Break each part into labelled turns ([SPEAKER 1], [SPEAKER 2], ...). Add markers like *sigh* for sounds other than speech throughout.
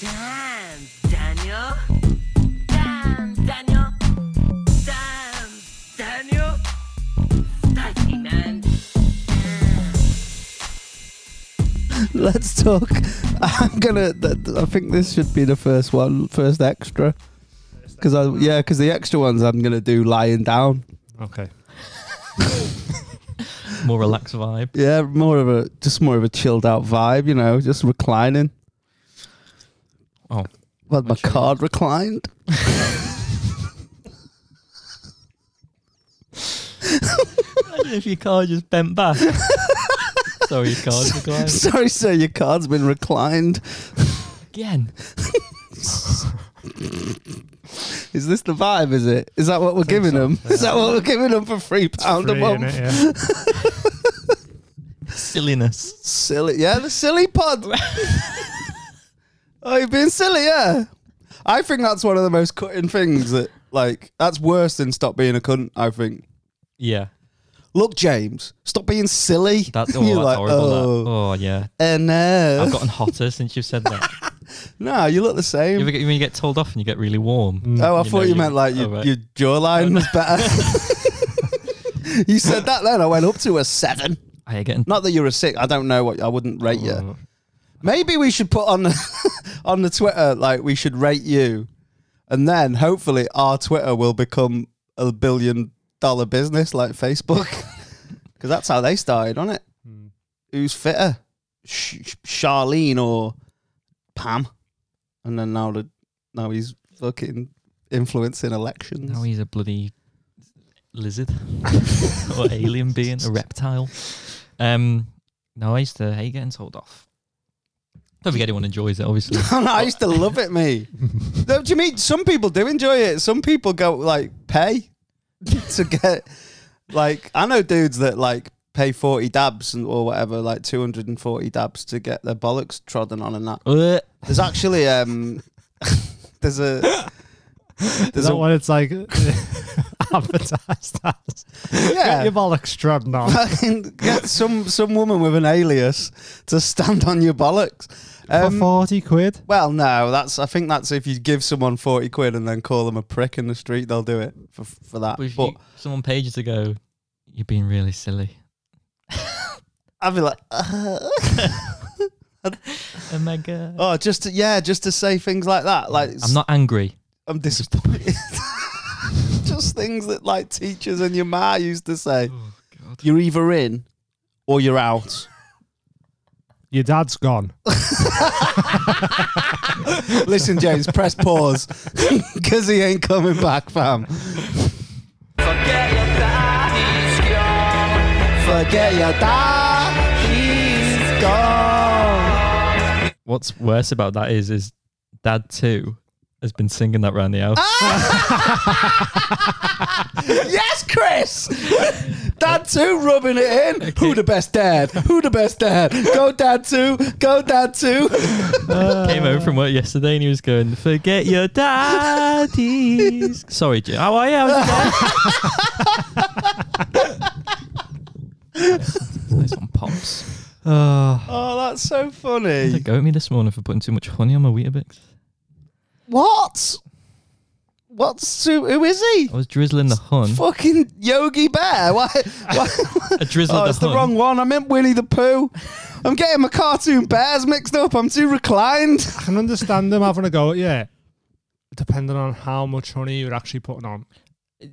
[SPEAKER 1] Damn, Daniel. Damn, Daniel. Damn, Daniel. Spicy, man.
[SPEAKER 2] Let's talk. *laughs* I'm gonna. Th- th- I think this should be the first one, first extra. Because I, yeah, because the extra ones I'm gonna do lying down.
[SPEAKER 3] *laughs* Okay. More relaxed vibe.
[SPEAKER 2] Yeah, more of a just more of a chilled out vibe, you know, just reclining.
[SPEAKER 3] Oh,
[SPEAKER 2] Well, my card reclined.
[SPEAKER 3] imagine if your car just bent *laughs* back. Sorry, your
[SPEAKER 2] *laughs*
[SPEAKER 3] car's reclined
[SPEAKER 2] Sorry, sir, your card's been reclined.
[SPEAKER 3] again.
[SPEAKER 2] Is this the vibe? Is it? Is that what we're giving
[SPEAKER 3] so,
[SPEAKER 2] them? Is that what we're giving them for three pound a
[SPEAKER 4] Free,
[SPEAKER 2] month?
[SPEAKER 4] innit, yeah.
[SPEAKER 2] *laughs*
[SPEAKER 3] Silliness.
[SPEAKER 2] Silly, yeah, the silly
[SPEAKER 3] *laughs*
[SPEAKER 2] pod. *laughs* oh, you've been silly, yeah. I think that's one of the most cutting things that, like, that's worse than stop being a cunt. I think.
[SPEAKER 3] Yeah,
[SPEAKER 2] Look, James, stop being silly. *laughs*
[SPEAKER 3] that's, oh,
[SPEAKER 2] You're
[SPEAKER 3] that's
[SPEAKER 2] like,
[SPEAKER 3] horrible.
[SPEAKER 2] Oh,
[SPEAKER 3] That. oh yeah,
[SPEAKER 2] eh, no.
[SPEAKER 3] I've gotten hotter since you've said that.
[SPEAKER 2] no, you look the
[SPEAKER 3] You
[SPEAKER 2] same.
[SPEAKER 3] ever get, when you get told off and you get really warm.
[SPEAKER 2] oh, I
[SPEAKER 3] you
[SPEAKER 2] thought
[SPEAKER 3] know
[SPEAKER 2] you
[SPEAKER 3] you-
[SPEAKER 2] meant like
[SPEAKER 3] oh,
[SPEAKER 2] your,
[SPEAKER 3] right.
[SPEAKER 2] your jawline was
[SPEAKER 3] *laughs*
[SPEAKER 2] better. *laughs* you said that then. I went up to a seven.
[SPEAKER 3] Are you Oh, getting?
[SPEAKER 2] Not that you're a six. I don't know what I wouldn't rate you.
[SPEAKER 3] Oh.
[SPEAKER 2] Maybe we should put on the, *laughs* on the Twitter like we should rate you, and then hopefully our Twitter will become a billion dollar business like Facebook, *laughs* because that's how they started on it. Who's fitter, Sh- Charlene or Pam? And then now the now he's fucking influencing elections.
[SPEAKER 3] Now he's a bloody
[SPEAKER 2] *laughs*
[SPEAKER 3] lizard or alien being, a reptile. Um, no, I used to hate getting told off. Don't think anyone enjoys it, *laughs* obviously.
[SPEAKER 2] *laughs* I used to love it, me.
[SPEAKER 4] *laughs*
[SPEAKER 2] Don't you mean some people do enjoy it? Some people go like pay *laughs* to get like I know dudes that like pay forty dabs and or whatever, like two hundred and forty dabs to get their bollocks trodden on and that.
[SPEAKER 3] Uh,
[SPEAKER 2] There's
[SPEAKER 4] *laughs*
[SPEAKER 2] actually um *laughs* there's a
[SPEAKER 4] Is
[SPEAKER 2] there's
[SPEAKER 4] that
[SPEAKER 2] a
[SPEAKER 4] what it's like *laughs* advertised as? Get
[SPEAKER 2] yeah.
[SPEAKER 4] your bollocks trodden on.
[SPEAKER 2] Fucking *laughs* Get some some woman with an alias to stand on your bollocks.
[SPEAKER 4] for
[SPEAKER 2] Um,
[SPEAKER 4] 40 quid?
[SPEAKER 2] Well, no, that's. I think that's if you give someone forty quid and then call them a prick in the street, they'll do it for for that.
[SPEAKER 3] but if
[SPEAKER 2] But,
[SPEAKER 3] you, someone pages ago, you're being really silly.
[SPEAKER 2] I'd be like, uh,
[SPEAKER 3] *laughs* Oh my god.
[SPEAKER 2] oh, just to, yeah, just to say things like that. Like
[SPEAKER 3] I'm not angry.
[SPEAKER 2] I'm disappointed. *laughs* just things that like teachers and your ma used to say.
[SPEAKER 3] Oh god.
[SPEAKER 2] You're either in or you're out.
[SPEAKER 4] Your
[SPEAKER 2] *laughs*
[SPEAKER 4] dad's gone.
[SPEAKER 2] Listen, James, press pause *laughs* because he ain't coming back, fam.
[SPEAKER 1] Forget your dad, he's gone.
[SPEAKER 2] Forget your dad, he's gone.
[SPEAKER 3] What's worse about that is, is Dad too has been singing that round the house.
[SPEAKER 2] Yes, Chris. Dad two rubbing it in. Who the best dad? Who the best dad? Go dad two. Go dad two.
[SPEAKER 3] Came over from work yesterday and he was going, "Forget your *laughs* daddies." Sorry, Jim. How are you? *laughs* nice one, pops.
[SPEAKER 2] Oh, that's so
[SPEAKER 3] They
[SPEAKER 2] funny.
[SPEAKER 3] go at me this morning for putting too much honey on my Weetabix.
[SPEAKER 2] What? What's who, who is he?
[SPEAKER 3] I was drizzling the hun.
[SPEAKER 2] Fucking Yogi Bear. Why? why?
[SPEAKER 3] I drizzled
[SPEAKER 2] Oh,
[SPEAKER 3] the
[SPEAKER 2] it's the
[SPEAKER 3] hun.
[SPEAKER 2] wrong one. I meant Winnie the Pooh. I'm getting my cartoon bears mixed up. I'm too reclined.
[SPEAKER 4] I can understand them having a go at you, depending on how much honey you're actually putting on. 'Cause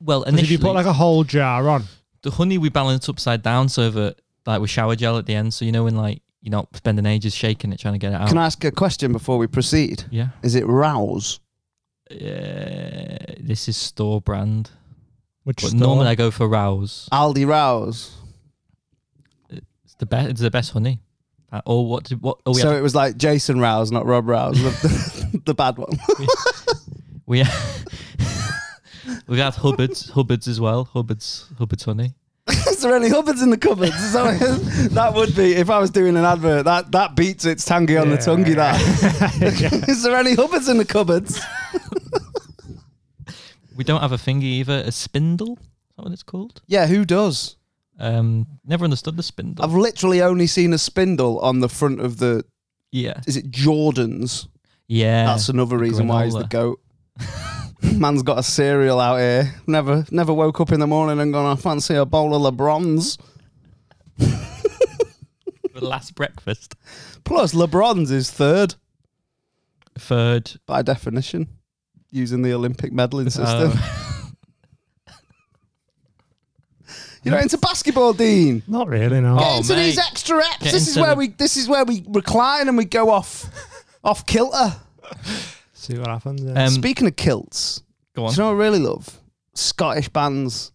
[SPEAKER 3] Well,
[SPEAKER 4] if
[SPEAKER 3] initially,
[SPEAKER 4] you put like a whole jar on,
[SPEAKER 3] the honey we balance upside down so that like with shower gel at the end, so you know when like you're not spending ages shaking it trying to get it out.
[SPEAKER 2] Can I ask a question before we proceed?
[SPEAKER 3] yeah.
[SPEAKER 2] Is it Rouse?
[SPEAKER 3] Uh, this is store brand,
[SPEAKER 4] which
[SPEAKER 3] but
[SPEAKER 4] store-
[SPEAKER 3] normally I go for Rouse.
[SPEAKER 2] Aldi Rouse.
[SPEAKER 3] It's the best. It's the best honey. Uh, or what? Did, what? Oh, we,
[SPEAKER 2] so
[SPEAKER 3] had,
[SPEAKER 2] it was like Jason Rouse, not Rob Rouse, the, *laughs* the bad one.
[SPEAKER 3] we had, *laughs* we had Hubbard's Hubbard's as well. Hubbard's Hubbard's honey.
[SPEAKER 2] Is there any Hubbards in the cupboards? Is that, what it is? that would be if I was doing an advert. That that beats its tangy on the
[SPEAKER 4] Yeah.
[SPEAKER 2] tonguey. That *laughs* is there any Hubbards in the cupboards?
[SPEAKER 3] We don't have a thingy either. A spindle. Is that what it's called?
[SPEAKER 2] Yeah, who does?
[SPEAKER 3] Um, never understood the
[SPEAKER 2] Um,
[SPEAKER 3] spindle.
[SPEAKER 2] I've literally only seen a spindle on the front of the.
[SPEAKER 3] yeah,
[SPEAKER 2] Is it Jordans?
[SPEAKER 3] Yeah.
[SPEAKER 2] That's another reason why he's the
[SPEAKER 3] granola. *laughs*
[SPEAKER 2] goat. Man's got a cereal out here. Never, never woke up in the morning and gone. I fancy a bowl of LeBrons.
[SPEAKER 3] the last breakfast.
[SPEAKER 2] Plus, LeBrons is third
[SPEAKER 3] Third.
[SPEAKER 2] by definition, using the Olympic
[SPEAKER 3] Oh.
[SPEAKER 2] medaling system. *laughs* You're not into basketball, Dean.
[SPEAKER 4] Not really, no.
[SPEAKER 2] Get
[SPEAKER 3] Oh,
[SPEAKER 2] into these
[SPEAKER 3] mate.
[SPEAKER 2] extra reps.
[SPEAKER 3] Get
[SPEAKER 2] this is
[SPEAKER 3] into
[SPEAKER 2] where
[SPEAKER 3] the-
[SPEAKER 2] we. This is where we recline and we go
[SPEAKER 3] *laughs*
[SPEAKER 2] off, off kilter.
[SPEAKER 4] See what happens. Yeah.
[SPEAKER 3] Um,
[SPEAKER 2] Speaking of kilts,
[SPEAKER 3] go
[SPEAKER 2] do
[SPEAKER 3] on.
[SPEAKER 2] you know what I really love? Scottish bands.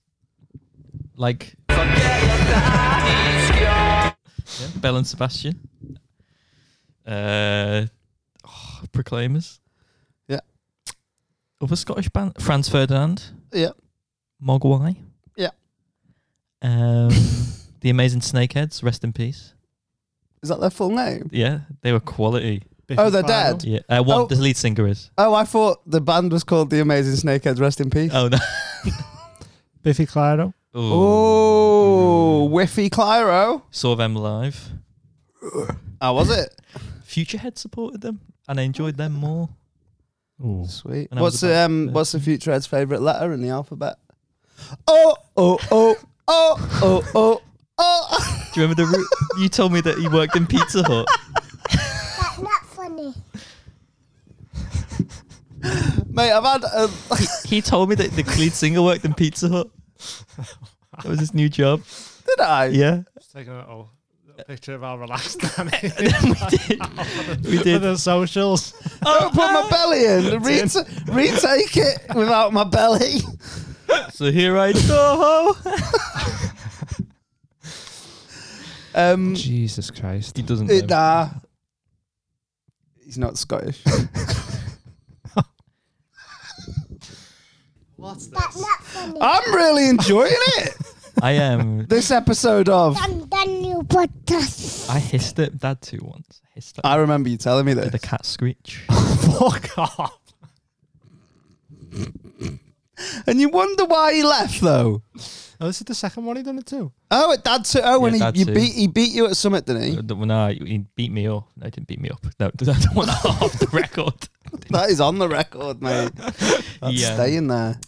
[SPEAKER 3] like yeah, Bell and Sebastian. Uh, oh, Proclaimers.
[SPEAKER 2] Yeah.
[SPEAKER 3] Other Scottish band, Franz Ferdinand,
[SPEAKER 2] Yeah.
[SPEAKER 3] Mogwai.
[SPEAKER 2] Yeah.
[SPEAKER 3] Um, *laughs* the Amazing Snakeheads, rest in peace.
[SPEAKER 2] Is that their full name?
[SPEAKER 3] Yeah, they were quality.
[SPEAKER 4] Biff
[SPEAKER 2] oh,
[SPEAKER 4] and
[SPEAKER 2] they're
[SPEAKER 4] Clyro.
[SPEAKER 2] dead?
[SPEAKER 3] Yeah, uh, what
[SPEAKER 2] Oh.
[SPEAKER 3] the lead singer is.
[SPEAKER 2] Oh, I thought the band was called The Amazing Snakeheads. Rest in peace.
[SPEAKER 3] Oh no.
[SPEAKER 4] Biffy Clyro.
[SPEAKER 2] *laughs* Oh, Whiffy Clyro.
[SPEAKER 3] Saw them live.
[SPEAKER 2] How was it?
[SPEAKER 3] Futurehead supported them, and I enjoyed them more.
[SPEAKER 4] Ooh.
[SPEAKER 2] Sweet.
[SPEAKER 3] And I
[SPEAKER 2] what's
[SPEAKER 3] was
[SPEAKER 2] the
[SPEAKER 3] about
[SPEAKER 2] um,
[SPEAKER 3] thirteen.
[SPEAKER 2] what's the future head's favourite letter in the alphabet? Oh oh oh oh oh oh oh. *laughs*
[SPEAKER 3] Do you remember the? Ru- *laughs* you told me that you worked in Pizza Hut.
[SPEAKER 5] That's not funny.
[SPEAKER 2] Mate, I've had um, a,
[SPEAKER 3] He told me that the lead singer worked in Pizza Hut. That was his new job.
[SPEAKER 2] *laughs* did I?
[SPEAKER 3] Yeah, *laughs*
[SPEAKER 4] Just taking a little, little picture of how relaxed Danny
[SPEAKER 3] we
[SPEAKER 4] is
[SPEAKER 3] did. We
[SPEAKER 4] for
[SPEAKER 3] did.
[SPEAKER 4] the socials. *laughs*
[SPEAKER 2] Don't put my belly in. Reta- retake it without my belly.
[SPEAKER 3] So here I go.
[SPEAKER 2] *laughs* Um,
[SPEAKER 6] Jesus Christ.
[SPEAKER 3] He doesn't.
[SPEAKER 2] it,
[SPEAKER 3] know.
[SPEAKER 2] nah. He's not Scottish.
[SPEAKER 5] That's not funny.
[SPEAKER 3] Oh.
[SPEAKER 2] I'm really enjoying it.
[SPEAKER 3] I um, am.
[SPEAKER 2] This episode of
[SPEAKER 5] I'm Daniel Butters.
[SPEAKER 3] I hissed at Dad too once. I hissed at
[SPEAKER 2] I remember you telling me
[SPEAKER 3] did the
[SPEAKER 2] that.
[SPEAKER 3] cat screech.
[SPEAKER 4] Fuck off.
[SPEAKER 2] And you wonder why he left though.
[SPEAKER 4] Oh, this is the second one he done it too.
[SPEAKER 2] Oh, at Dad too. Oh,
[SPEAKER 3] Yeah,
[SPEAKER 2] when he,
[SPEAKER 3] Dad
[SPEAKER 2] you
[SPEAKER 3] too.
[SPEAKER 2] beat he beat you at Summit, didn't
[SPEAKER 3] *laughs*
[SPEAKER 2] he?
[SPEAKER 3] Uh, no, he beat me up. No, he didn't beat me up. No, *laughs* I don't want that off the record.
[SPEAKER 2] That is on the record,
[SPEAKER 3] *laughs*
[SPEAKER 2] mate. That's
[SPEAKER 3] Yeah.
[SPEAKER 2] staying
[SPEAKER 3] *laughs*
[SPEAKER 2] there.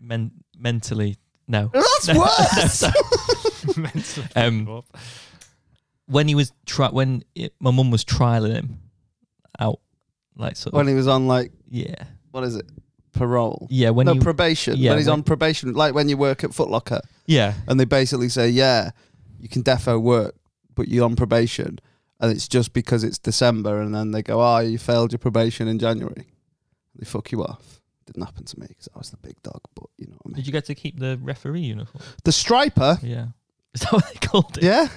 [SPEAKER 3] Men- mentally, no.
[SPEAKER 2] That's
[SPEAKER 3] *laughs*
[SPEAKER 2] worse.
[SPEAKER 4] *laughs* Mental
[SPEAKER 3] Um,
[SPEAKER 4] fuck up.
[SPEAKER 3] when he was tri- when it, my mum was trialing him out, like sort of,
[SPEAKER 2] when he was on like
[SPEAKER 3] yeah,
[SPEAKER 2] what is it? Parole.
[SPEAKER 3] yeah, when
[SPEAKER 2] no
[SPEAKER 3] he,
[SPEAKER 2] probation.
[SPEAKER 3] yeah,
[SPEAKER 2] when he's
[SPEAKER 3] when-
[SPEAKER 2] on probation, like when you work at Footlocker,
[SPEAKER 3] yeah,
[SPEAKER 2] and they basically say, "Yeah, you can defo work, but you're on probation," and it's just because it's December, and then they go, "Oh, you failed your probation in January." They fuck you off. Didn't happen to me because I was the big dog, but you know what I mean.
[SPEAKER 3] Did you get to keep the referee uniform?
[SPEAKER 2] The striper,
[SPEAKER 3] Yeah. *laughs* Is that what they called it?
[SPEAKER 2] yeah,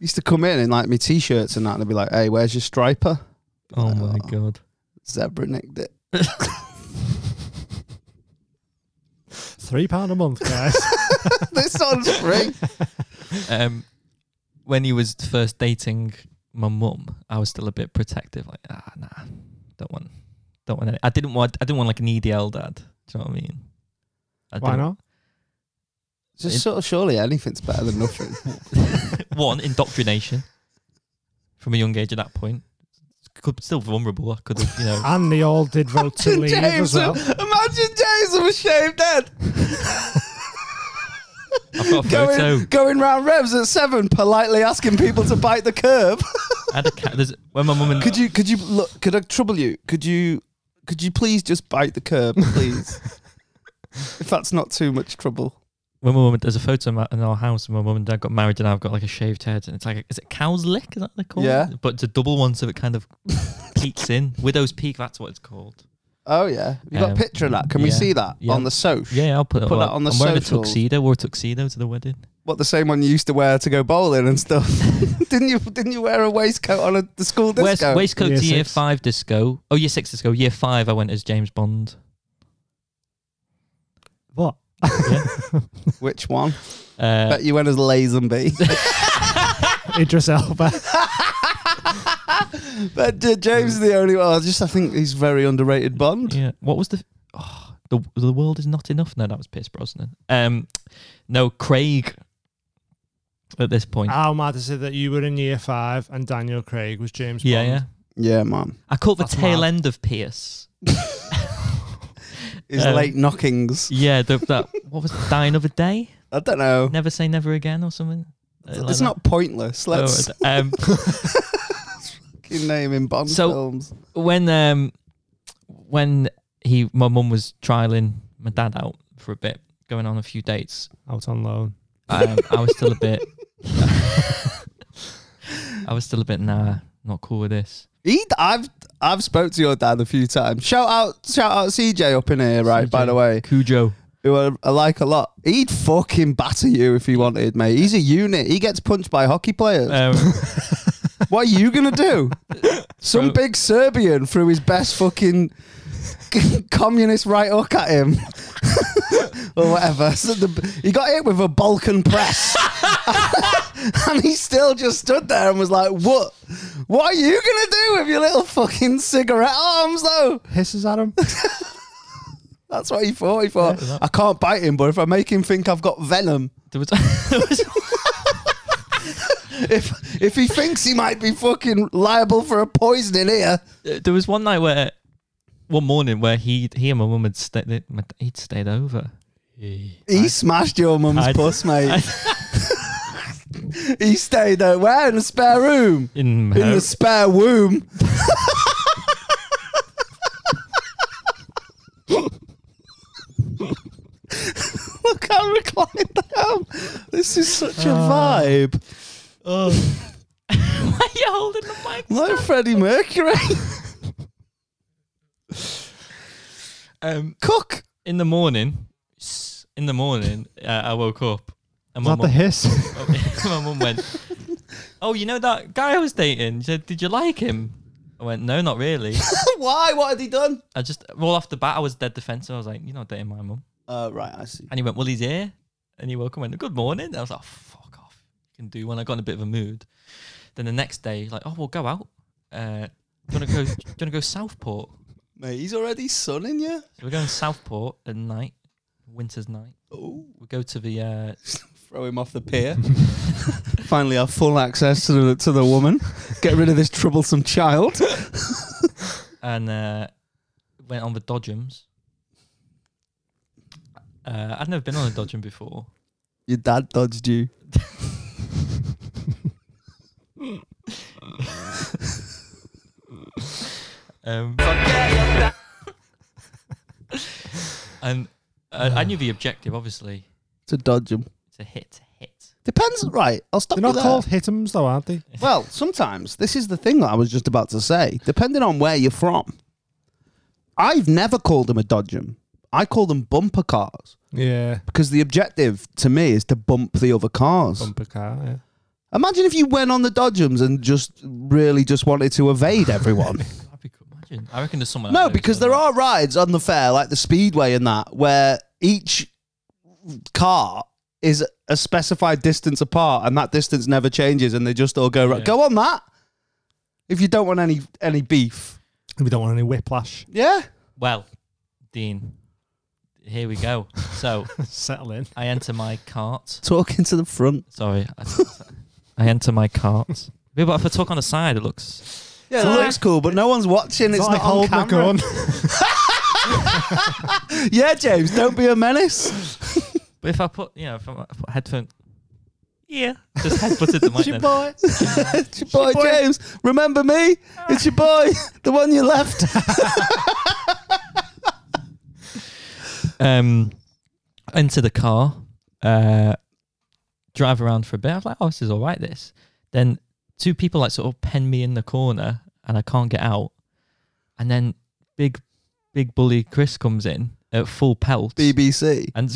[SPEAKER 2] used to come in in like me t-shirts and that, and they'd be like, "Hey, where's your striper?"
[SPEAKER 3] Oh my god.
[SPEAKER 2] Zebra nicked it.
[SPEAKER 4] Three pound a month, guys.
[SPEAKER 2] *laughs* this sounds free.
[SPEAKER 3] Um, when he was first dating my mum, I was still a bit protective. Like, ah, nah, don't want, don't want. Any. I didn't want. I didn't want like an EDL dad. Do you know what I mean? I
[SPEAKER 4] Why
[SPEAKER 3] didn't- *laughs*
[SPEAKER 4] not?
[SPEAKER 2] Just sort of surely anything's better than nothing.
[SPEAKER 3] One indoctrination from a young age. At that point, could still vulnerable. I could have,
[SPEAKER 2] *laughs*
[SPEAKER 3] you know.
[SPEAKER 4] And they all did vote to leave as well.
[SPEAKER 2] imagine James with a shaved head.
[SPEAKER 3] I've got a photo.
[SPEAKER 2] Going, going round revs at seven, politely asking people to bite the curb.
[SPEAKER 3] I had a cat. There's, when my mum and
[SPEAKER 2] could you? Could you look? Could I trouble you? Could you? Could you please just bite the curb, please? if that's not too much trouble.
[SPEAKER 3] when my mum and- there's a photo in my- in our house when my mum and dad got married and I've got like a shaved head and it's like is it cow's lick is that what they're called
[SPEAKER 2] Yeah.
[SPEAKER 3] but it's a double one so it kind
[SPEAKER 2] *laughs*
[SPEAKER 3] of peaks in widow's peak that's what it's called
[SPEAKER 2] Oh yeah, you got a
[SPEAKER 3] Um,
[SPEAKER 2] picture of that. Can we
[SPEAKER 3] yeah,
[SPEAKER 2] see that
[SPEAKER 3] yeah.
[SPEAKER 2] on the soch?
[SPEAKER 3] yeah I'll put, it
[SPEAKER 2] Put
[SPEAKER 3] up.
[SPEAKER 2] that on the
[SPEAKER 3] I'm wearing
[SPEAKER 2] socials.
[SPEAKER 3] a tuxedo wore a tuxedo to the wedding
[SPEAKER 2] What the same one you used to wear to go bowling and
[SPEAKER 3] *laughs*
[SPEAKER 2] stuff? *laughs* didn't you? Didn't you wear a waistcoat on a, the school
[SPEAKER 3] West,
[SPEAKER 2] disco?
[SPEAKER 3] waistcoat
[SPEAKER 4] Year
[SPEAKER 3] to year
[SPEAKER 4] six.
[SPEAKER 3] five disco oh year six disco year five I went as James Bond
[SPEAKER 2] uh,
[SPEAKER 4] What?
[SPEAKER 2] Which one?
[SPEAKER 3] uh,
[SPEAKER 2] Bet you went as *laughs*
[SPEAKER 3] *laughs*
[SPEAKER 2] Lazenby.
[SPEAKER 4] Idris Elba.
[SPEAKER 2] But uh, James is the only one. I just I think he's very underrated Bond.
[SPEAKER 3] yeah what was the oh, the the world is not enough no that was Pierce Brosnan um no Craig at this point
[SPEAKER 4] How mad is it that you were in year five and Daniel Craig was James
[SPEAKER 3] yeah
[SPEAKER 4] Bond?
[SPEAKER 3] yeah
[SPEAKER 2] Yeah, man.
[SPEAKER 3] I caught the
[SPEAKER 4] That's
[SPEAKER 3] tail
[SPEAKER 4] mad.
[SPEAKER 3] end of Pierce.
[SPEAKER 2] His
[SPEAKER 3] Um,
[SPEAKER 2] late knockings.
[SPEAKER 3] Yeah, the, that *laughs* what was it, die another day?
[SPEAKER 2] I don't know.
[SPEAKER 3] Never say never again or something. Uh, like
[SPEAKER 2] it's
[SPEAKER 3] that.
[SPEAKER 2] not pointless.
[SPEAKER 3] Oh,
[SPEAKER 2] Let's
[SPEAKER 3] um,
[SPEAKER 2] *laughs* fucking name in Bond
[SPEAKER 3] So-
[SPEAKER 2] films.
[SPEAKER 3] when um when he my mum was trialing my dad out for a bit, going on a few dates.
[SPEAKER 4] Out on loan.
[SPEAKER 3] Um, I was still a bit. *laughs* I was still a bit nah, not cool with this.
[SPEAKER 2] He, I've I've spoke to your dad a few times. Shout out, shout out, CJ up in here, right? By
[SPEAKER 3] CJ.
[SPEAKER 2] the way,
[SPEAKER 3] Cujo.
[SPEAKER 2] who I, I like a lot. He'd fucking batter you if he wanted, mate. He's a unit. He gets punched by hockey players.
[SPEAKER 3] Um, *laughs*
[SPEAKER 2] What are you gonna do? Some
[SPEAKER 3] Bro.
[SPEAKER 2] big Serbian threw his best fucking *laughs* communist right hook at him, *laughs* or whatever. So the, he got hit with a Balkan press, *laughs* and he still just stood there and was like, "What? What are you gonna do with your little fucking cigarette arms, though?"
[SPEAKER 4] Hisses at *laughs* him.
[SPEAKER 2] That's what he thought. He thought, "I can't bite him, but if I make him think I've got venom,
[SPEAKER 3] there was, *laughs* there was
[SPEAKER 2] if if he thinks he might be fucking liable for a poisoning here."
[SPEAKER 3] there was one night where one morning where he he and my mum had stayed he'd stayed over.
[SPEAKER 2] He smashed your mum's
[SPEAKER 3] I'd-
[SPEAKER 2] puss, mate. *laughs* he stayed there. Where in the spare room?
[SPEAKER 3] In,
[SPEAKER 2] In
[SPEAKER 3] her-
[SPEAKER 2] the spare womb. Look how reclined I am. This is such a vibe.
[SPEAKER 3] why are you holding the mic?
[SPEAKER 2] Like Freddie Mercury. *laughs*
[SPEAKER 3] Um,
[SPEAKER 2] Cook.
[SPEAKER 3] in the morning, s- in the morning, uh, I woke up and my
[SPEAKER 4] Not the
[SPEAKER 3] mum *laughs*
[SPEAKER 4] hiss. *laughs*
[SPEAKER 3] my mum went, "Oh, you know that guy I was dating?" She said, "Did you like him?" I went, "No, not really."
[SPEAKER 2] Why? What had he done?
[SPEAKER 3] I just well off the bat, I was dead defensive. I was like, "You're not dating my mum,"
[SPEAKER 2] Uh, right, I see.
[SPEAKER 3] and he went, "Well, he's here," and he woke up and went, "Good morning." I was like, "Fuck off." You can do when I got in a bit of a mood. Then the next day, like, "Oh, we'll go out." Uh, do you want to go? do you want to go Southport?
[SPEAKER 2] Mate, he's already sunning you.
[SPEAKER 3] So we're going Southport at night, winter's night.
[SPEAKER 2] Oh,
[SPEAKER 3] We go to the uh,
[SPEAKER 2] throw him off the *laughs* pier. Finally, have full access to the to the woman. Get rid of this troublesome child.
[SPEAKER 3] and uh, went on the Dodgems. Uh, I'd never been on a Dodgem before.
[SPEAKER 2] Your dad dodged you.
[SPEAKER 3] Um,
[SPEAKER 2] *laughs*
[SPEAKER 3] and uh, I knew the objective, obviously,
[SPEAKER 2] to dodge him.
[SPEAKER 3] to hit, to hit.
[SPEAKER 2] Depends, right? I'll stop.
[SPEAKER 4] They're
[SPEAKER 2] you
[SPEAKER 4] not
[SPEAKER 2] there.
[SPEAKER 4] called hitums though, aren't they?
[SPEAKER 2] Well, sometimes this is the thing that I was just about to say. Depending on where you're from, I've never called them a dodgem. I call them bumper cars
[SPEAKER 4] Yeah.
[SPEAKER 2] because the objective to me is to bump the other cars.
[SPEAKER 4] Bumper car. Yeah.
[SPEAKER 2] Imagine if you went on the dodgems and just really just wanted to evade everyone.
[SPEAKER 3] That'd be cool. Imagine. I reckon there's someone. out
[SPEAKER 2] No,
[SPEAKER 3] who's
[SPEAKER 2] because
[SPEAKER 3] done
[SPEAKER 2] there are rides on the fair, like the Speedway and that, where each car is a specified distance apart, and that distance never changes, and they just all go right.
[SPEAKER 3] Yeah.
[SPEAKER 2] Go on that. If you don't want any any beef,
[SPEAKER 4] We don't want any whiplash. *laughs*
[SPEAKER 2] yeah.
[SPEAKER 3] that. Well, Dean, here we go. So
[SPEAKER 4] Settle in.
[SPEAKER 3] I enter my cart.
[SPEAKER 2] Talking to the front.
[SPEAKER 3] Sorry, I, I enter my cart. Maybe but if I talk on the side, it looks.
[SPEAKER 2] Yeah, it looks cool, but no one's watching. It's,
[SPEAKER 4] It's
[SPEAKER 2] not
[SPEAKER 4] like
[SPEAKER 2] on
[SPEAKER 4] hold the
[SPEAKER 2] camera.
[SPEAKER 4] gun.
[SPEAKER 2] *laughs*
[SPEAKER 4] *laughs*
[SPEAKER 2] Yeah, James, don't be a menace.
[SPEAKER 3] But if I put, you know, if I put headphone. Yeah. Just headbutted *laughs* the mic. then.
[SPEAKER 2] boy. *laughs* it's your boy, James. Remember me? It's your boy, *laughs* the one you *laughs* left.
[SPEAKER 3] um, into the car, uh, drive around for a bit. I was like, oh, this is all right, this. Then two people like sort of pen me in the corner and I can't get out. And then big, big bully Chris comes in at full pelt
[SPEAKER 2] *laughs* BBC.
[SPEAKER 3] and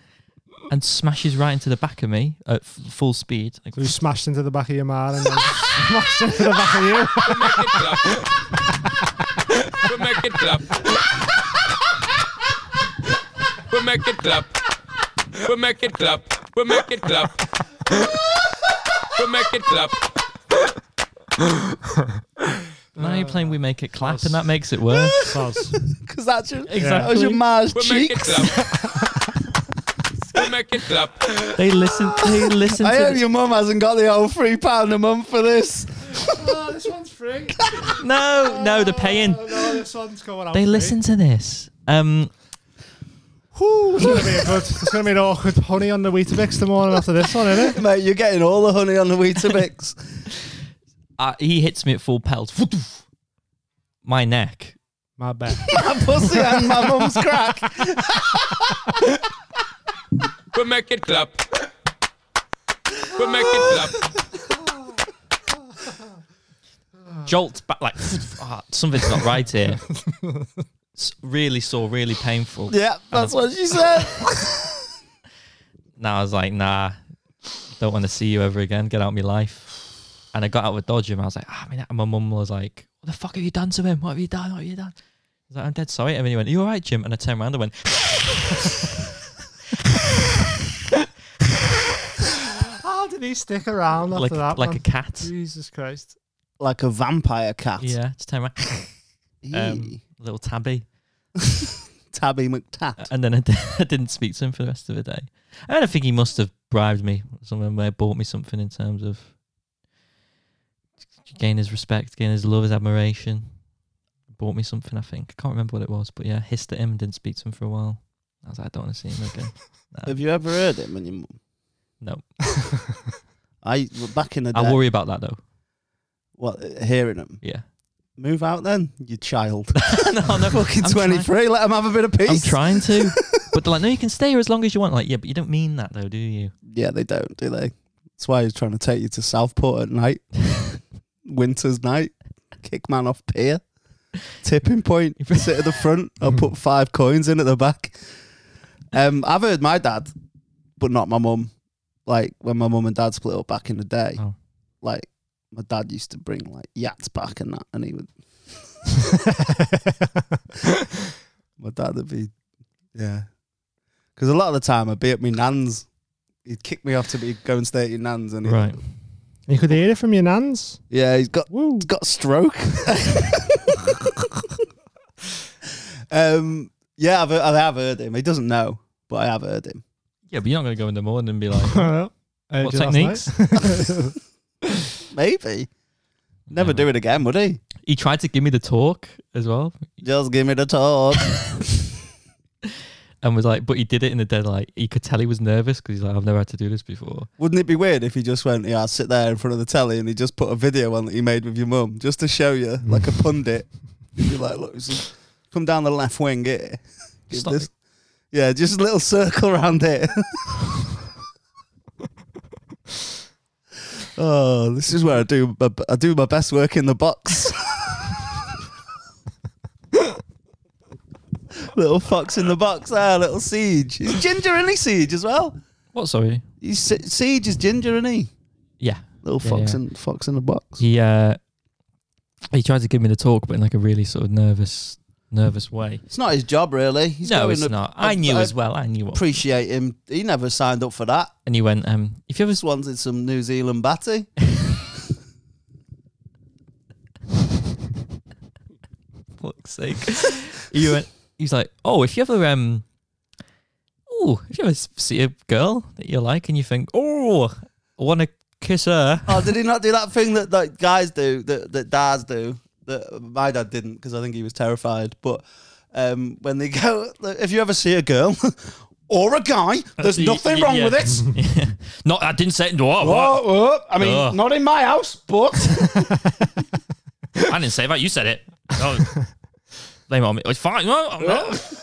[SPEAKER 3] *laughs* and smashes right into the back of me at f- full speed. Like,
[SPEAKER 4] So you smashed into the back of your
[SPEAKER 2] *laughs*
[SPEAKER 4] man and then smashed into the back of you.
[SPEAKER 1] We make it clap. We make it clap. We make it clap. We make it clap. We make it clap.
[SPEAKER 3] now you're playing We Make It
[SPEAKER 2] Uh,
[SPEAKER 3] Clap and that makes
[SPEAKER 2] *laughs*
[SPEAKER 3] it worse.
[SPEAKER 4] *laughs* Soz.
[SPEAKER 2] Because that's your, that
[SPEAKER 4] Exactly.
[SPEAKER 2] was your ma's
[SPEAKER 1] We make it
[SPEAKER 2] cheeks.
[SPEAKER 1] clap. We make it clap.
[SPEAKER 3] they listen, they listen
[SPEAKER 2] I
[SPEAKER 3] to
[SPEAKER 2] hope your mum hasn't got the old three pound a month for this.
[SPEAKER 4] oh, this one's free.
[SPEAKER 3] *laughs*
[SPEAKER 4] drink.
[SPEAKER 3] No, no, they're paying.
[SPEAKER 4] Oh, no, this one's going out
[SPEAKER 3] They
[SPEAKER 4] for me.
[SPEAKER 3] listen to this. Um,
[SPEAKER 4] It's gonna be a good. It's gonna be an awkward honey on the Weetabix the morning after this one, isn't it?
[SPEAKER 2] Mate, you're getting all the honey on the Weetabix. *laughs*
[SPEAKER 3] uh, he hits me at full pelt. My neck. *laughs*
[SPEAKER 4] My bet.
[SPEAKER 2] my pussy and my mum's crack.
[SPEAKER 1] We make it clap. We make it clap.
[SPEAKER 2] Uh.
[SPEAKER 3] jolt back like *laughs* ah, something's not right
[SPEAKER 2] *laughs*
[SPEAKER 3] here. S- really sore, really painful.
[SPEAKER 2] Yeah, that's what she said.
[SPEAKER 3] Now I was like, nah, don't want to see you ever again. Get out of my life. And I got out with Dodgem. I was like, ah, I mean, my mum was like, what the fuck have you done to him? What have you done? What have you done? I was like, I'm dead sorry. And then he went, you all right, Jim? And I turned around
[SPEAKER 4] *laughs*
[SPEAKER 3] and went, *laughs*
[SPEAKER 4] How did he stick around after
[SPEAKER 3] like,
[SPEAKER 4] that?
[SPEAKER 3] like
[SPEAKER 4] man?
[SPEAKER 3] a cat.
[SPEAKER 4] Jesus Christ.
[SPEAKER 2] Like a vampire cat.
[SPEAKER 3] Yeah, just turned around. Um,
[SPEAKER 2] Eee.
[SPEAKER 3] little tabby.
[SPEAKER 2] *laughs* Tabby McTat.
[SPEAKER 3] And then I, d- *laughs* I didn't speak to him for the rest of the day. I don't think he must have bribed me, someone where bought me something in terms of gain his respect, gain his love, his admiration. Bought me something, I think. I can't remember what it was, but yeah, hissed at him, didn't speak to him for a while. I was like, I don't want to see him again.
[SPEAKER 2] Have you ever heard it when your mum?
[SPEAKER 3] No,
[SPEAKER 2] *laughs* I back in the day.
[SPEAKER 3] I worry about that though.
[SPEAKER 2] What hearing them?
[SPEAKER 3] Yeah,
[SPEAKER 2] Move out then, you
[SPEAKER 3] *laughs*
[SPEAKER 2] child.
[SPEAKER 3] no, no,
[SPEAKER 2] Fucking
[SPEAKER 3] I'm
[SPEAKER 2] twenty
[SPEAKER 3] trying-
[SPEAKER 2] three. Let them have a bit of peace.
[SPEAKER 3] I'm trying to, but they're like, no, you can stay here as long as you want. Like, yeah, but you don't mean that though, do you?
[SPEAKER 2] Yeah, they don't, do they? That's why he's trying to take you to Southport at night, winter's night. Kick man off pier, tipping point. Sit at the front. I'll put five coins in at the back. Um, I've heard my dad, but not my mum. Like when my mum and dad split up back in the day,
[SPEAKER 3] Oh.
[SPEAKER 2] like my dad used to bring like yats back and that, and he would. my dad would be, yeah, because a lot of the time I'd be at my nan's. He'd kick me off to be go and stay at your nan's, and he'd-
[SPEAKER 3] Right.
[SPEAKER 4] You could hear it from your *laughs* nans.
[SPEAKER 2] yeah, he's got
[SPEAKER 4] Woo.
[SPEAKER 2] got a stroke. um, yeah, I've, I have heard him. He doesn't know, but I have heard him.
[SPEAKER 3] Yeah, but you're not gonna go in the morning and be like, *laughs*
[SPEAKER 4] what
[SPEAKER 3] what techniques?
[SPEAKER 2] Maybe. Never do it again, would he?
[SPEAKER 3] He tried to give me the talk as well.
[SPEAKER 2] Just give me the talk.
[SPEAKER 3] and was like, but he did it in the dead light. You could tell he was nervous because he's like, I've never had to do this before.
[SPEAKER 2] Wouldn't it be weird if he just went, yeah, I'll sit there in front of the telly and he just put a video on that he made with your mum just to show you, like a pundit. He'd be like, look, it's just- come down the left wing here. Give
[SPEAKER 3] Stop
[SPEAKER 2] this- Yeah, just a little circle around here. *laughs* oh, this is where I do my, I do my best work in the box. *laughs* little fox in the box, ah, little siege. Is Ginger any siege as well?
[SPEAKER 3] What? Sorry.
[SPEAKER 2] He's Si- Siege is Ginger, isn't he?
[SPEAKER 3] Yeah.
[SPEAKER 2] Little
[SPEAKER 3] Yeah,
[SPEAKER 2] fox
[SPEAKER 3] yeah.
[SPEAKER 2] in fox in the box.
[SPEAKER 3] He uh, he tried to give me the talk, but in like a really sort of nervous, nervous way.
[SPEAKER 2] It's not his job, really. He's
[SPEAKER 3] no,
[SPEAKER 2] going
[SPEAKER 3] it's
[SPEAKER 2] to
[SPEAKER 3] not. I
[SPEAKER 2] I've-
[SPEAKER 3] knew
[SPEAKER 2] I've-
[SPEAKER 3] as well. I knew. What,
[SPEAKER 2] Appreciate him. He never signed up for that.
[SPEAKER 3] and he went, um, if you ever,
[SPEAKER 2] Just wanted some New Zealand batty.
[SPEAKER 3] fuck's sake, *laughs* he went. He's like, oh, if you ever, um, oh, if you ever s- see a girl that you like and you think, oh, I want to kiss her.
[SPEAKER 2] Oh, did he not do that thing that, that guys do, that, that dads do? That uh, my dad didn't because I think he was terrified. But um, when they *laughs* go, if you ever see a girl *laughs* or a guy, there's
[SPEAKER 3] *laughs* Y-
[SPEAKER 2] nothing
[SPEAKER 3] y-
[SPEAKER 2] wrong
[SPEAKER 3] yeah.
[SPEAKER 2] with it.
[SPEAKER 3] *laughs* Yeah. Not, I didn't say. No,
[SPEAKER 2] Oh, oh, I mean,
[SPEAKER 3] Ugh.
[SPEAKER 2] not in my house, but *laughs*
[SPEAKER 3] I didn't say that. You said it. Oh, blame it on me. It's fine. No, I'm not.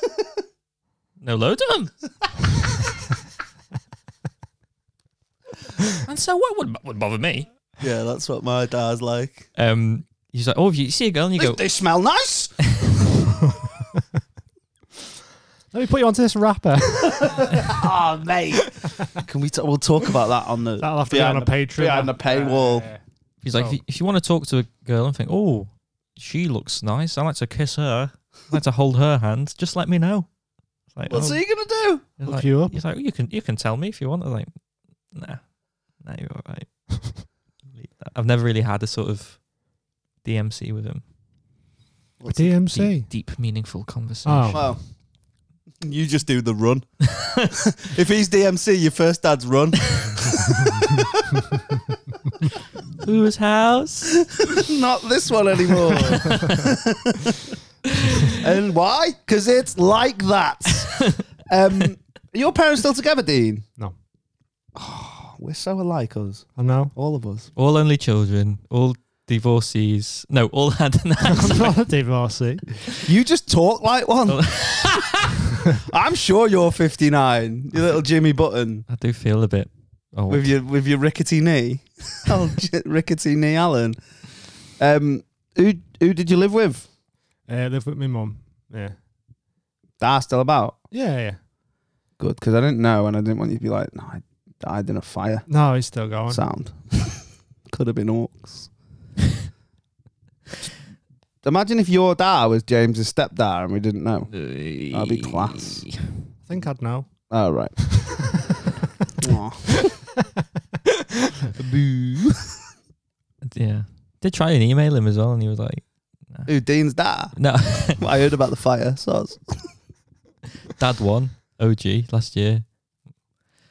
[SPEAKER 3] no loads of them. and so what would would bother me?
[SPEAKER 2] yeah, that's what my dad's like.
[SPEAKER 3] Um, he's like, oh, if you see a girl and you
[SPEAKER 2] They,
[SPEAKER 3] go,
[SPEAKER 2] they smell
[SPEAKER 3] *laughs*
[SPEAKER 2] nice.
[SPEAKER 4] *laughs* Let me put you onto
[SPEAKER 3] *laughs*
[SPEAKER 4] this rapper.
[SPEAKER 2] Oh, mate. Can we? T- we'll talk about that on the
[SPEAKER 4] That'll have to be on
[SPEAKER 2] behind
[SPEAKER 4] a Patreon.
[SPEAKER 2] behind the paywall.
[SPEAKER 3] he's like, if, you, if you want to talk to a girl and think, oh, she looks nice. I like to kiss her. I like to hold her hand. Just let me know. It's like,
[SPEAKER 2] What's
[SPEAKER 3] oh.
[SPEAKER 2] he gonna do?
[SPEAKER 3] He's
[SPEAKER 4] Hook
[SPEAKER 3] like,
[SPEAKER 4] you up.
[SPEAKER 3] He's like, you can you can tell me if you want. I'm like, nah, nah, you're all right. Leave that. I've never really had a sort of DMC with him. Deep,
[SPEAKER 4] DMC.
[SPEAKER 3] deep, meaningful conversation.
[SPEAKER 4] Oh.
[SPEAKER 2] Well, you just do the run. if he's DMC, your first dad's run.
[SPEAKER 3] *laughs* Whose
[SPEAKER 2] *laughs*
[SPEAKER 3] house?
[SPEAKER 2] Not this one anymore. *laughs* and why? Because it's like that. Um, are your parents still together, Dean?
[SPEAKER 4] No.
[SPEAKER 2] Oh, we're so alike, us.
[SPEAKER 3] *laughs*
[SPEAKER 4] I know. *laughs*
[SPEAKER 2] All of us.
[SPEAKER 3] All only children. All divorcees. No, all had an *laughs*
[SPEAKER 4] I'm not a divorcee.
[SPEAKER 2] You just talk like *laughs* one. I'm sure you're 59. You little Jimmy Button
[SPEAKER 3] I do feel a bit. Oh,
[SPEAKER 2] with your with your rickety knee. *laughs* oh, rickety knee, Alan. Um, who who did you live with?
[SPEAKER 4] Uh, live with my mum. Yeah.
[SPEAKER 2] That's still about
[SPEAKER 4] Yeah, yeah.
[SPEAKER 2] good because I didn't know and I didn't want you to be like, no, I died in a fire.
[SPEAKER 4] No, he's still going.
[SPEAKER 2] sound. *laughs* Could have been orcs. Imagine if your dad was James's stepdad and we didn't know.
[SPEAKER 3] that'd
[SPEAKER 2] That'd be class.
[SPEAKER 4] I think I'd know.
[SPEAKER 2] Oh, right. Aw. Boo.
[SPEAKER 3] Yeah. Did try and email him as well, and he was like,
[SPEAKER 2] Who, Dean's dad?
[SPEAKER 3] "No, *laughs*
[SPEAKER 2] Well, I heard about the fire. So I was-
[SPEAKER 3] Dad won OG last year."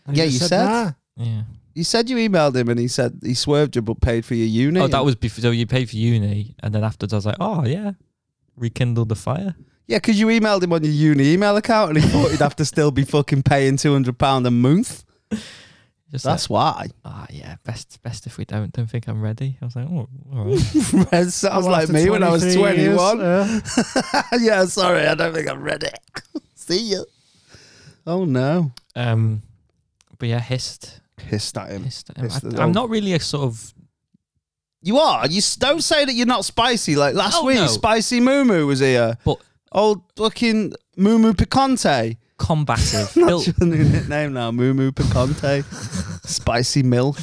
[SPEAKER 4] And
[SPEAKER 2] Yeah,
[SPEAKER 4] he
[SPEAKER 2] you
[SPEAKER 4] just
[SPEAKER 2] said.
[SPEAKER 4] "Nah."
[SPEAKER 3] Yeah.
[SPEAKER 2] you said you emailed him and he said he swerved you but paid for your uni.
[SPEAKER 3] Oh, that was before. So you paid for uni, and then afterwards, I was like, "Oh yeah, rekindled the fire."
[SPEAKER 2] Yeah, because you emailed him on your uni email account and he thought he'd have to still be fucking paying £200 a month.
[SPEAKER 3] Just
[SPEAKER 2] That's why.
[SPEAKER 3] like, ah, yeah, best best if we don't. Don't think I'm ready. I was like, "Oh,
[SPEAKER 2] *laughs*
[SPEAKER 3] all right."
[SPEAKER 2] Red sounds like
[SPEAKER 4] After
[SPEAKER 2] me when I was
[SPEAKER 4] 23 years,
[SPEAKER 2] 21.
[SPEAKER 4] yeah.
[SPEAKER 2] *laughs* yeah, sorry, I don't think I'm ready. *laughs* See you. Oh no.
[SPEAKER 3] um, but yeah, hissed.
[SPEAKER 2] Hissed at him.
[SPEAKER 3] hissed um,
[SPEAKER 2] Hissed as
[SPEAKER 3] I, am
[SPEAKER 2] well.
[SPEAKER 3] not really a sort of.
[SPEAKER 2] You are. You s- don't say that you're not spicy. Like last
[SPEAKER 3] Oh,
[SPEAKER 2] week,
[SPEAKER 3] no.
[SPEAKER 2] Spicy Moo Moo was here.
[SPEAKER 3] But-
[SPEAKER 2] Old fucking Moo Moo *laughs* Picante.
[SPEAKER 3] Combative,
[SPEAKER 2] That's
[SPEAKER 3] built,
[SPEAKER 2] your new nickname now, Moo Moo
[SPEAKER 3] *laughs*
[SPEAKER 2] Picante. spicy Milk.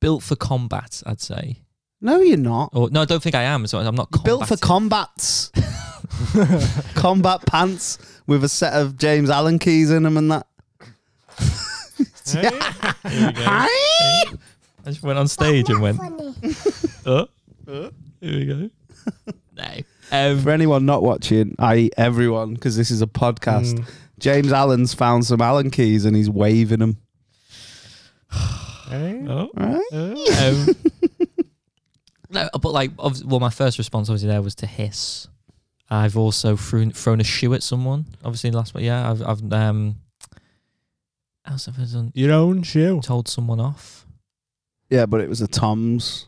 [SPEAKER 3] built for combat, I'd say.
[SPEAKER 2] No, you're
[SPEAKER 4] Oh,
[SPEAKER 2] not.
[SPEAKER 3] Or no, I don't think I am. So I'm not
[SPEAKER 2] You're built for
[SPEAKER 3] combative.
[SPEAKER 4] *laughs*
[SPEAKER 2] combats. Combat pants with a set of James Allen keys in them and
[SPEAKER 4] *laughs*
[SPEAKER 2] that.
[SPEAKER 3] Here we go. I just went on stage and went,
[SPEAKER 5] Not funny.
[SPEAKER 3] oh, here we go. no. Um,
[SPEAKER 2] For anyone not watching, i.e., everyone, because this is a podcast,
[SPEAKER 4] Mm.
[SPEAKER 2] James Allen's found some Allen keys and he's waving them.
[SPEAKER 4] Eh?
[SPEAKER 3] oh,
[SPEAKER 2] Right?
[SPEAKER 4] Eh?
[SPEAKER 3] um, no, but like, obvi- well, my first response obviously there was to hiss. I've also thrown, thrown a shoe at someone. Obviously, last week, yeah, I've, I've um, what else have I done?
[SPEAKER 4] Your own shoe.
[SPEAKER 3] Told someone off.
[SPEAKER 2] Yeah, but it was a Tom's.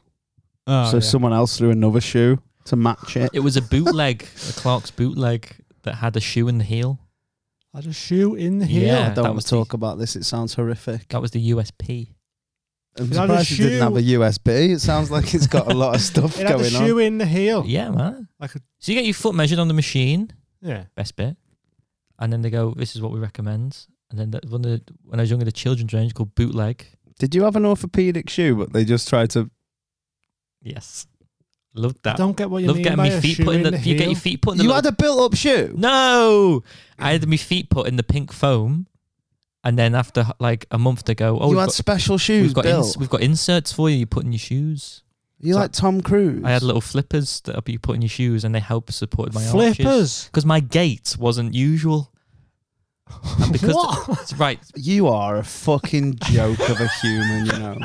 [SPEAKER 4] Oh,
[SPEAKER 2] so
[SPEAKER 4] yeah.
[SPEAKER 2] someone else threw another shoe to match it.
[SPEAKER 3] It was a bootleg, a Clark's bootleg that had a shoe in the heel.
[SPEAKER 4] I just shoe in the heel.
[SPEAKER 3] Yeah.
[SPEAKER 2] I don't
[SPEAKER 3] that
[SPEAKER 2] want
[SPEAKER 3] was
[SPEAKER 2] to talk about this. It sounds horrific.
[SPEAKER 3] That was the USP.
[SPEAKER 2] I'm
[SPEAKER 4] It had a
[SPEAKER 2] surprised it didn't
[SPEAKER 4] shoe-
[SPEAKER 2] have a USB. It sounds like it's got a lot of stuff
[SPEAKER 4] *laughs* It had a
[SPEAKER 2] going on.
[SPEAKER 4] shoe in the heel.
[SPEAKER 3] Yeah, man.
[SPEAKER 4] Like a,
[SPEAKER 3] So you get your foot measured on the machine.
[SPEAKER 4] yeah.
[SPEAKER 3] best bit. And then they go, this is what we recommend. And then that one of the, when I was younger, the children's range called bootleg.
[SPEAKER 2] Did you have an orthopedic shoe, but they just tried to.
[SPEAKER 3] Yes, loved
[SPEAKER 4] I
[SPEAKER 3] that.
[SPEAKER 4] don't get what you
[SPEAKER 3] Love
[SPEAKER 4] mean
[SPEAKER 3] getting
[SPEAKER 4] by
[SPEAKER 3] my
[SPEAKER 4] a
[SPEAKER 3] feet
[SPEAKER 4] shoe
[SPEAKER 3] put in the. you get
[SPEAKER 4] heel.
[SPEAKER 3] your feet put in the.
[SPEAKER 2] You
[SPEAKER 3] little-
[SPEAKER 2] had a built up shoe?
[SPEAKER 3] no, I had my feet put in the pink foam, and then after like a month to go, oh,
[SPEAKER 2] you
[SPEAKER 3] we've
[SPEAKER 2] had
[SPEAKER 3] got,
[SPEAKER 2] special shoes
[SPEAKER 3] we've got,
[SPEAKER 2] built.
[SPEAKER 3] ins- we've got inserts for you. You put in your shoes.
[SPEAKER 2] you like Tom Cruise?
[SPEAKER 3] I had little flippers that you put in your shoes, and they help support my
[SPEAKER 4] flippers.
[SPEAKER 3] because my gait wasn't usual. And because
[SPEAKER 4] *laughs* What?
[SPEAKER 3] It's right,
[SPEAKER 2] *laughs* You are a fucking joke of a human, you know.